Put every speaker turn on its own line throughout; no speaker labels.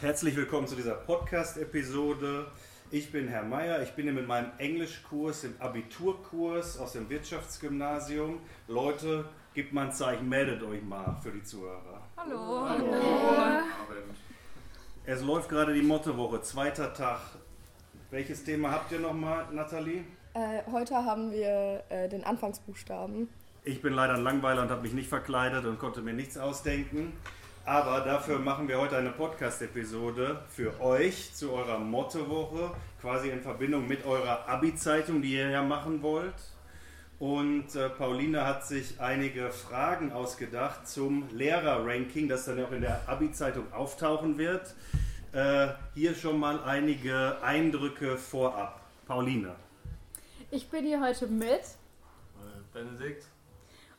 Herzlich willkommen zu dieser Podcast-Episode. Ich bin Herr Meier. Ich bin hier mit meinem Englischkurs, dem Abiturkurs aus dem Wirtschaftsgymnasium. Leute, gebt mal ein Zeichen, meldet euch mal für die Zuhörer.
Hallo.
Es läuft gerade die Mottowoche, zweiter Tag. Welches Thema habt ihr nochmal, Nathalie?
Äh, heute haben wir äh, den Anfangsbuchstaben.
Ich bin leider ein Langweiler und habe mich nicht verkleidet und konnte mir nichts ausdenken. Aber dafür machen wir heute eine Podcast-Episode für euch zu eurer Mottowoche, quasi in Verbindung mit eurer Abi-Zeitung, die ihr ja machen wollt. Und äh, Pauline hat sich einige Fragen ausgedacht zum Lehrer-Ranking, das dann ja auch in der Abi-Zeitung auftauchen wird. Äh, hier schon mal einige Eindrücke vorab. Pauline.
Ich bin hier heute mit.
Benedikt,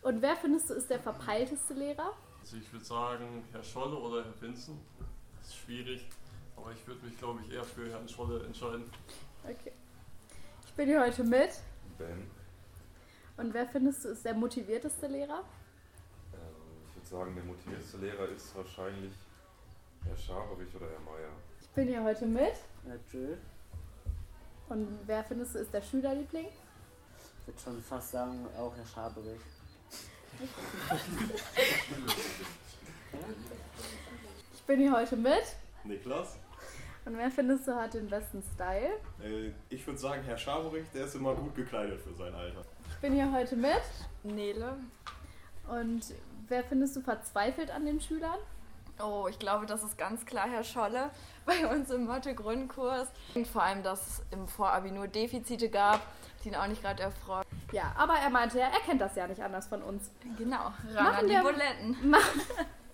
Und wer findest du ist der verpeilteste Lehrer?
also ich würde sagen Herr Scholle oder Herr Vincent. Das ist schwierig, aber ich würde mich glaube ich eher für Herrn Scholle entscheiden.
Okay. Ich bin hier heute mit.
Ben,
Und wer findest du ist der motivierteste Lehrer?
äh, ich würde sagen, der motivierteste Lehrer ist wahrscheinlich Herr Schaberich oder Herr Meier.
Ich bin hier heute mit.
Äh, Jill,
Und wer findest du ist der Schülerliebling?
ich würde schon fast sagen, auch Herr Schaberich.
Ich bin hier heute mit.
Niklas.
Und wer findest du hat den besten Style?
Äh, ich würde sagen, Herr Schaberich, der ist immer gut gekleidet für sein Alter.
Ich bin hier heute mit.
Nele.
Und wer findest du verzweifelt an den Schülern?
Oh, ich glaube, das ist ganz klar Herr Scholle bei uns im Mathe-Grundkurs. Und Vor allem, dass es im Vorabi nur Defizite gab, die ihn auch nicht gerade erfreut.
Ja, aber er meinte ja, er kennt das ja nicht anders von uns.
Genau, Rana
Machen
die
wir-
Buletten.
Machen,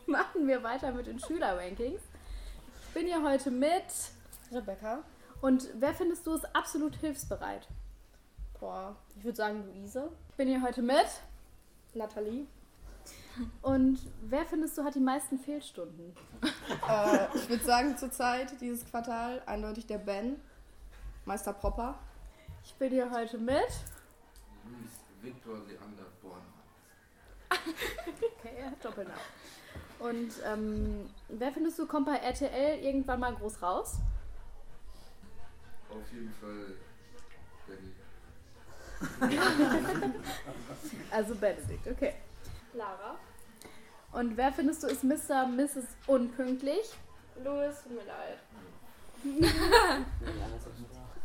machen wir weiter mit den Schülerrankings. Ich bin hier heute mit.
Rebecca.
Und wer findest du ist absolut hilfsbereit?
Boah, ich würde sagen Luise.
Ich bin hier heute mit.
Nathalie.
Und wer findest du hat die meisten Fehlstunden?
Äh, ich würde sagen, zurzeit dieses Quartal eindeutig der Ben, Meister Propper.
Ich bin hier heute mit.
Luis Victor Leander Bornmann.
Okay, Doppelname. Und ähm, wer findest du kommt bei RTL irgendwann mal groß raus?
Auf jeden Fall Benny.
Also Benedikt, okay.
Lara.
Und wer findest du ist Mr. Mrs. Unpünktlich?
Louis, tut mir leid.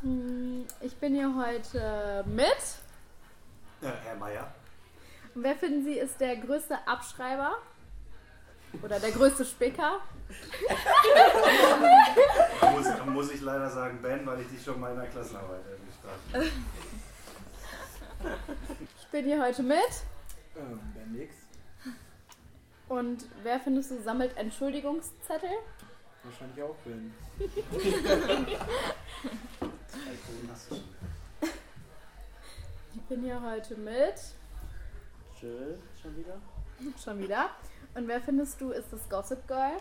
Hm, Ich bin hier heute mit.
Äh, Herr Meier.
Und wer finden Sie ist der größte Abschreiber? Oder der größte Spicker?
Da muss, da muss ich leider sagen Ben, weil ich dich schon mal in der Klassenarbeit erwischt habe.
Ich bin hier heute mit.
Ähm, der Nix.
Und wer findest du sammelt Entschuldigungszettel?
Wahrscheinlich auch Ben.
Ich bin hier heute mit.
Jill, schon wieder?
Schon wieder. Und wer findest du ist das Gossip Girl?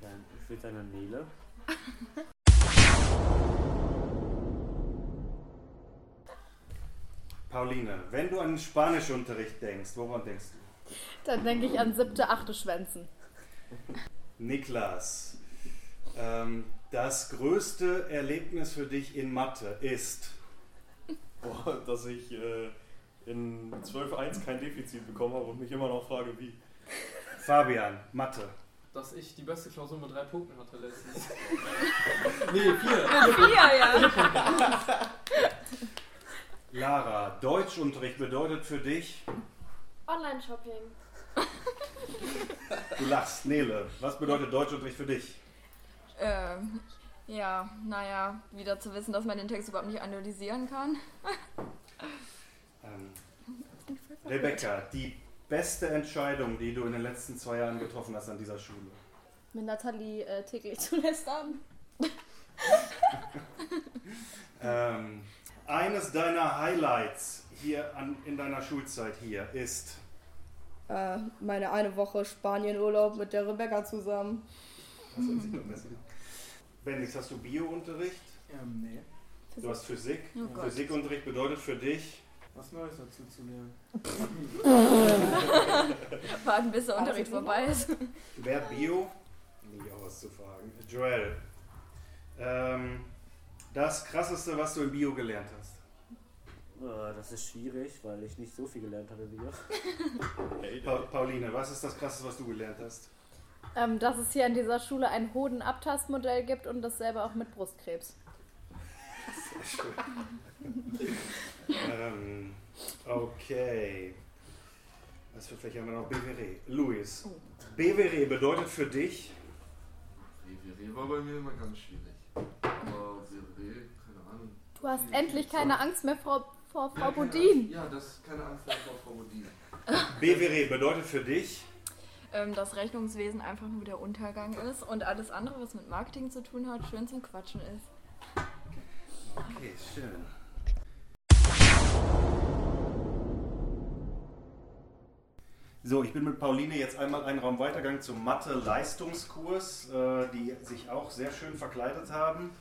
Ben, ich würde sagen Nele.
Pauline, wenn du an den Spanischunterricht denkst, woran denkst du?
Dann denke ich an siebte, achte Schwänzen.
Niklas, ähm, das größte Erlebnis für dich in Mathe ist.
Boah, dass ich äh, in 12.1 kein Defizit bekommen habe und mich immer noch frage, wie.
Fabian, Mathe.
dass ich die beste Klausur mit drei Punkten hatte letztens. nee, vier.
Vier, ja.
Lara, Deutschunterricht bedeutet für dich,
Online-Shopping.
du lachst, Nele, was bedeutet Deutschunterricht für dich?
Ähm, ja, naja, wieder zu wissen, dass man den Text überhaupt nicht analysieren kann.
Ähm, Rebecca, die beste Entscheidung, die du in den letzten zwei Jahren getroffen hast an dieser Schule.
Mit Nathalie äh, täglich zu lästern.
Ähm, eines deiner Highlights hier an, in deiner Schulzeit hier ist.
Äh, meine eine Woche Spanienurlaub mit der Rebecca zusammen.
Das hört sich doch besser an. Bendix, hast du Biounterricht?
Ähm, nee.
Du hast Physik.
Oh Gott.
Physikunterricht bedeutet für dich.
Was Neues dazu zu lernen.
Warten, bis der Unterricht vorbei ist.
Wer Bio? mich auch was zu fragen. Joel, ähm, das krasseste, was du im Bio gelernt hast.
Äh, das ist schwierig, weil ich nicht so viel gelernt habe wie ihr.
Pa Pauline, was ist das krasseste, was du gelernt hast?
Ähm, dass es hier an dieser Schule ein Hodenabtastmodell gibt und dasselbe auch mit Brustkrebs.
Sehr schön. ähm, okay. Was für vielleicht haben wir noch BWR. Luis, BWR bedeutet für dich
Reviré war bei mir immer ganz schwierig. Aber Reviré, keine Ahnung.
Du hast endlich keine Angst mehr vor, vor Frau Bodin.
Ja, das ist keine Angst vor Frau Bodin.
BWR bedeutet für dich
Ähm, dass Rechnungswesen einfach nur der Untergang ist und alles andere, was mit Marketing zu tun hat, schön zum Quatschen ist.
Okay, schön. So, ich bin mit Pauline jetzt einmal einen Raum weitergegangen zum Mathe-Leistungskurs, äh, die sich auch sehr schön verkleidet haben.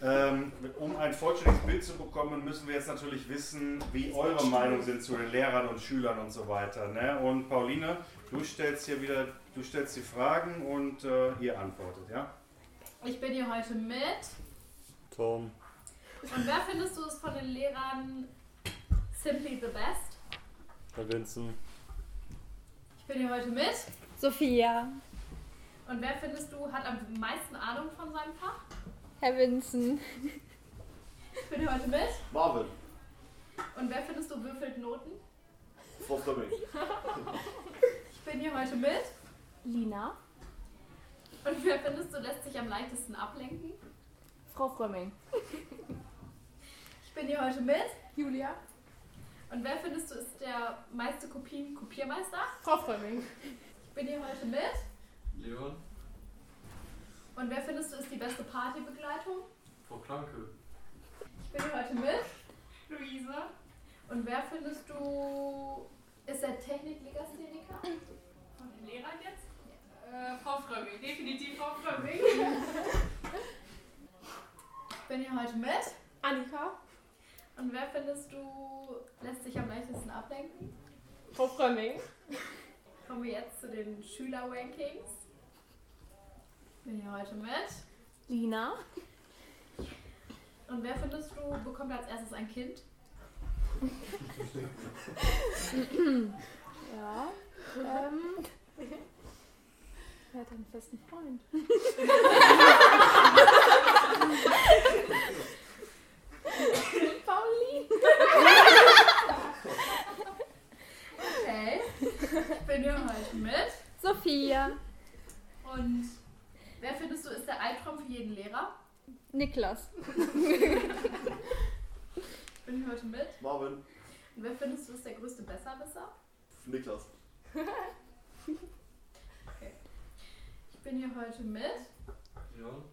Ähm, um ein vollständiges Bild zu bekommen, müssen wir jetzt natürlich wissen, wie eure Meinung sind zu den Lehrern und Schülern und so weiter. Ne? Und Pauline, du stellst hier wieder, du stellst die Fragen und äh, ihr antwortet, ja?
Ich bin hier heute mit.
Tom.
Und wer findest du es von den Lehrern simply the best?
Herr Vincent.
Ich bin hier heute mit.
Sophia.
Und wer findest du hat am meisten Ahnung von seinem Fach?
Herr Vincent.
Ich bin hier heute mit.
Marvin.
Und wer findest du würfelt Noten?
Frau Fleming.
Ich bin hier heute mit. Lina. Und wer findest du lässt sich am leichtesten ablenken? Frau Frömming. Ich bin hier heute mit. Julia. Und wer findest du ist der meiste Kopien Kopiermeister? Frau Frömming. Ich bin hier heute mit.
Leon,
Und wer findest du ist die beste Partybegleitung?
Frau Klanke.
Ich bin hier heute mit. Luise. Und wer findest du ist der Techniklegastheniker? Von den Lehrern jetzt? Äh, Frau Frömming, definitiv Frau Frömming. Ich bin hier heute mit Annika. Und wer findest du lässt sich am leichtesten ablenken? Frau Frömming. Kommen wir jetzt zu den Schüler-Rankings. Ich bin hier heute mit Lina. Und wer findest du bekommt als erstes ein Kind?
Ja. Ähm. Er hat einen festen Freund.
Pauline. okay. Ich bin hier heute mit.
Sophia.
Und wer findest du ist der Albtraum für jeden Lehrer?
Niklas.
Ich bin hier heute mit.
Marvin.
Und wer findest du ist der größte Besserwisser?
Niklas.
Okay. Ich bin hier heute mit.
Leon.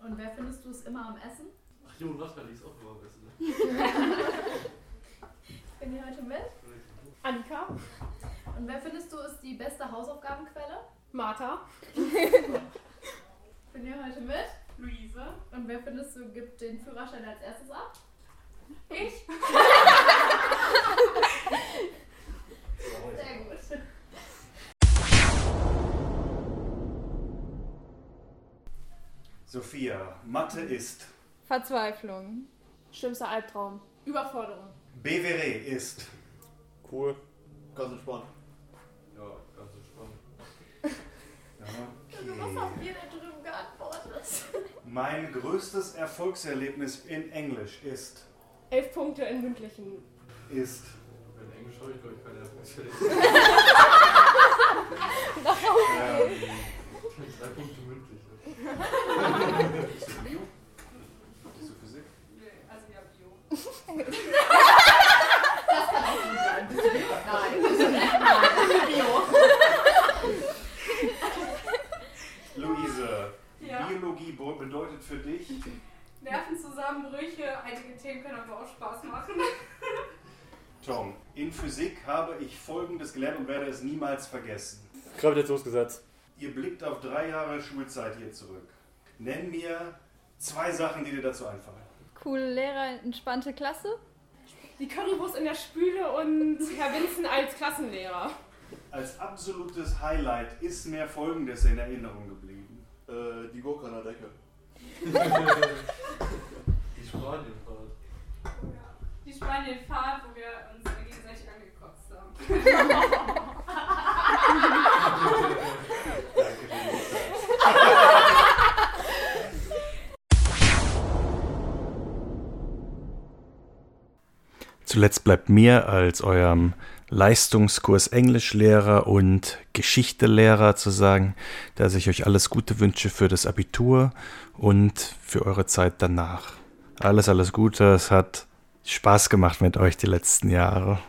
Und wer findest du ist immer am Essen?
Ach, Jo, Nathalie ist auch immer am besten. ne?
ich bin hier heute mit. Annika. Und wer findest du ist die beste Hausaufgabenquelle? Martha. ich bin hier heute mit. Luise. Und wer findest du gibt den Führerschein als erstes ab? Ich. Sehr gut.
Sophia, Mathe ist.
Verzweiflung. Schlimmster Albtraum.
Überforderung.
BWR E ist.
Cool. Ganz entspannt.
Ja, ganz entspannt.
Du musst auf jeder drüben geantwortet.
Mein größtes Erfolgserlebnis in Englisch ist.
Elf Punkte in mündlichen.
Ist.
In Englisch habe ich, glaube ich, keine Erfolgsfälle.
Ähm,
Drei Punkte mündlich. Ne?
Bist du Bio? Bist du Physik?
Das kann auch nicht sein. Bist du Bio? Nein. Nein,
Luise,
Ja.
Biologie bo- bedeutet für dich.
Nervenzusammenbrüche, einige Themen können aber auch Spaß machen.
Tom, in Physik habe ich Folgendes gelernt und werde es niemals vergessen.
Gravitationsgesetz.
Ihr blickt auf drei Jahre Schulzeit hier zurück. Nenn mir zwei Sachen, die dir dazu einfallen.
Coole Lehrer, entspannte Klasse.
Die Currywurst in der Spüle und Herr Vincent als Klassenlehrer.
Als absolutes Highlight ist mir Folgendes in Erinnerung geblieben.
die Gurke an der Decke.
Die Spanienfahrt.
Die Spanien-Fahrt, wo wir uns gegenseitig angekotzt haben.
Zuletzt bleibt mir als eurem Leistungskurs Englischlehrer und Geschichtelehrer zu sagen, dass ich euch alles Gute wünsche für das Abitur und für eure Zeit danach. Alles, alles Gute. Es hat Spaß gemacht mit euch die letzten Jahre.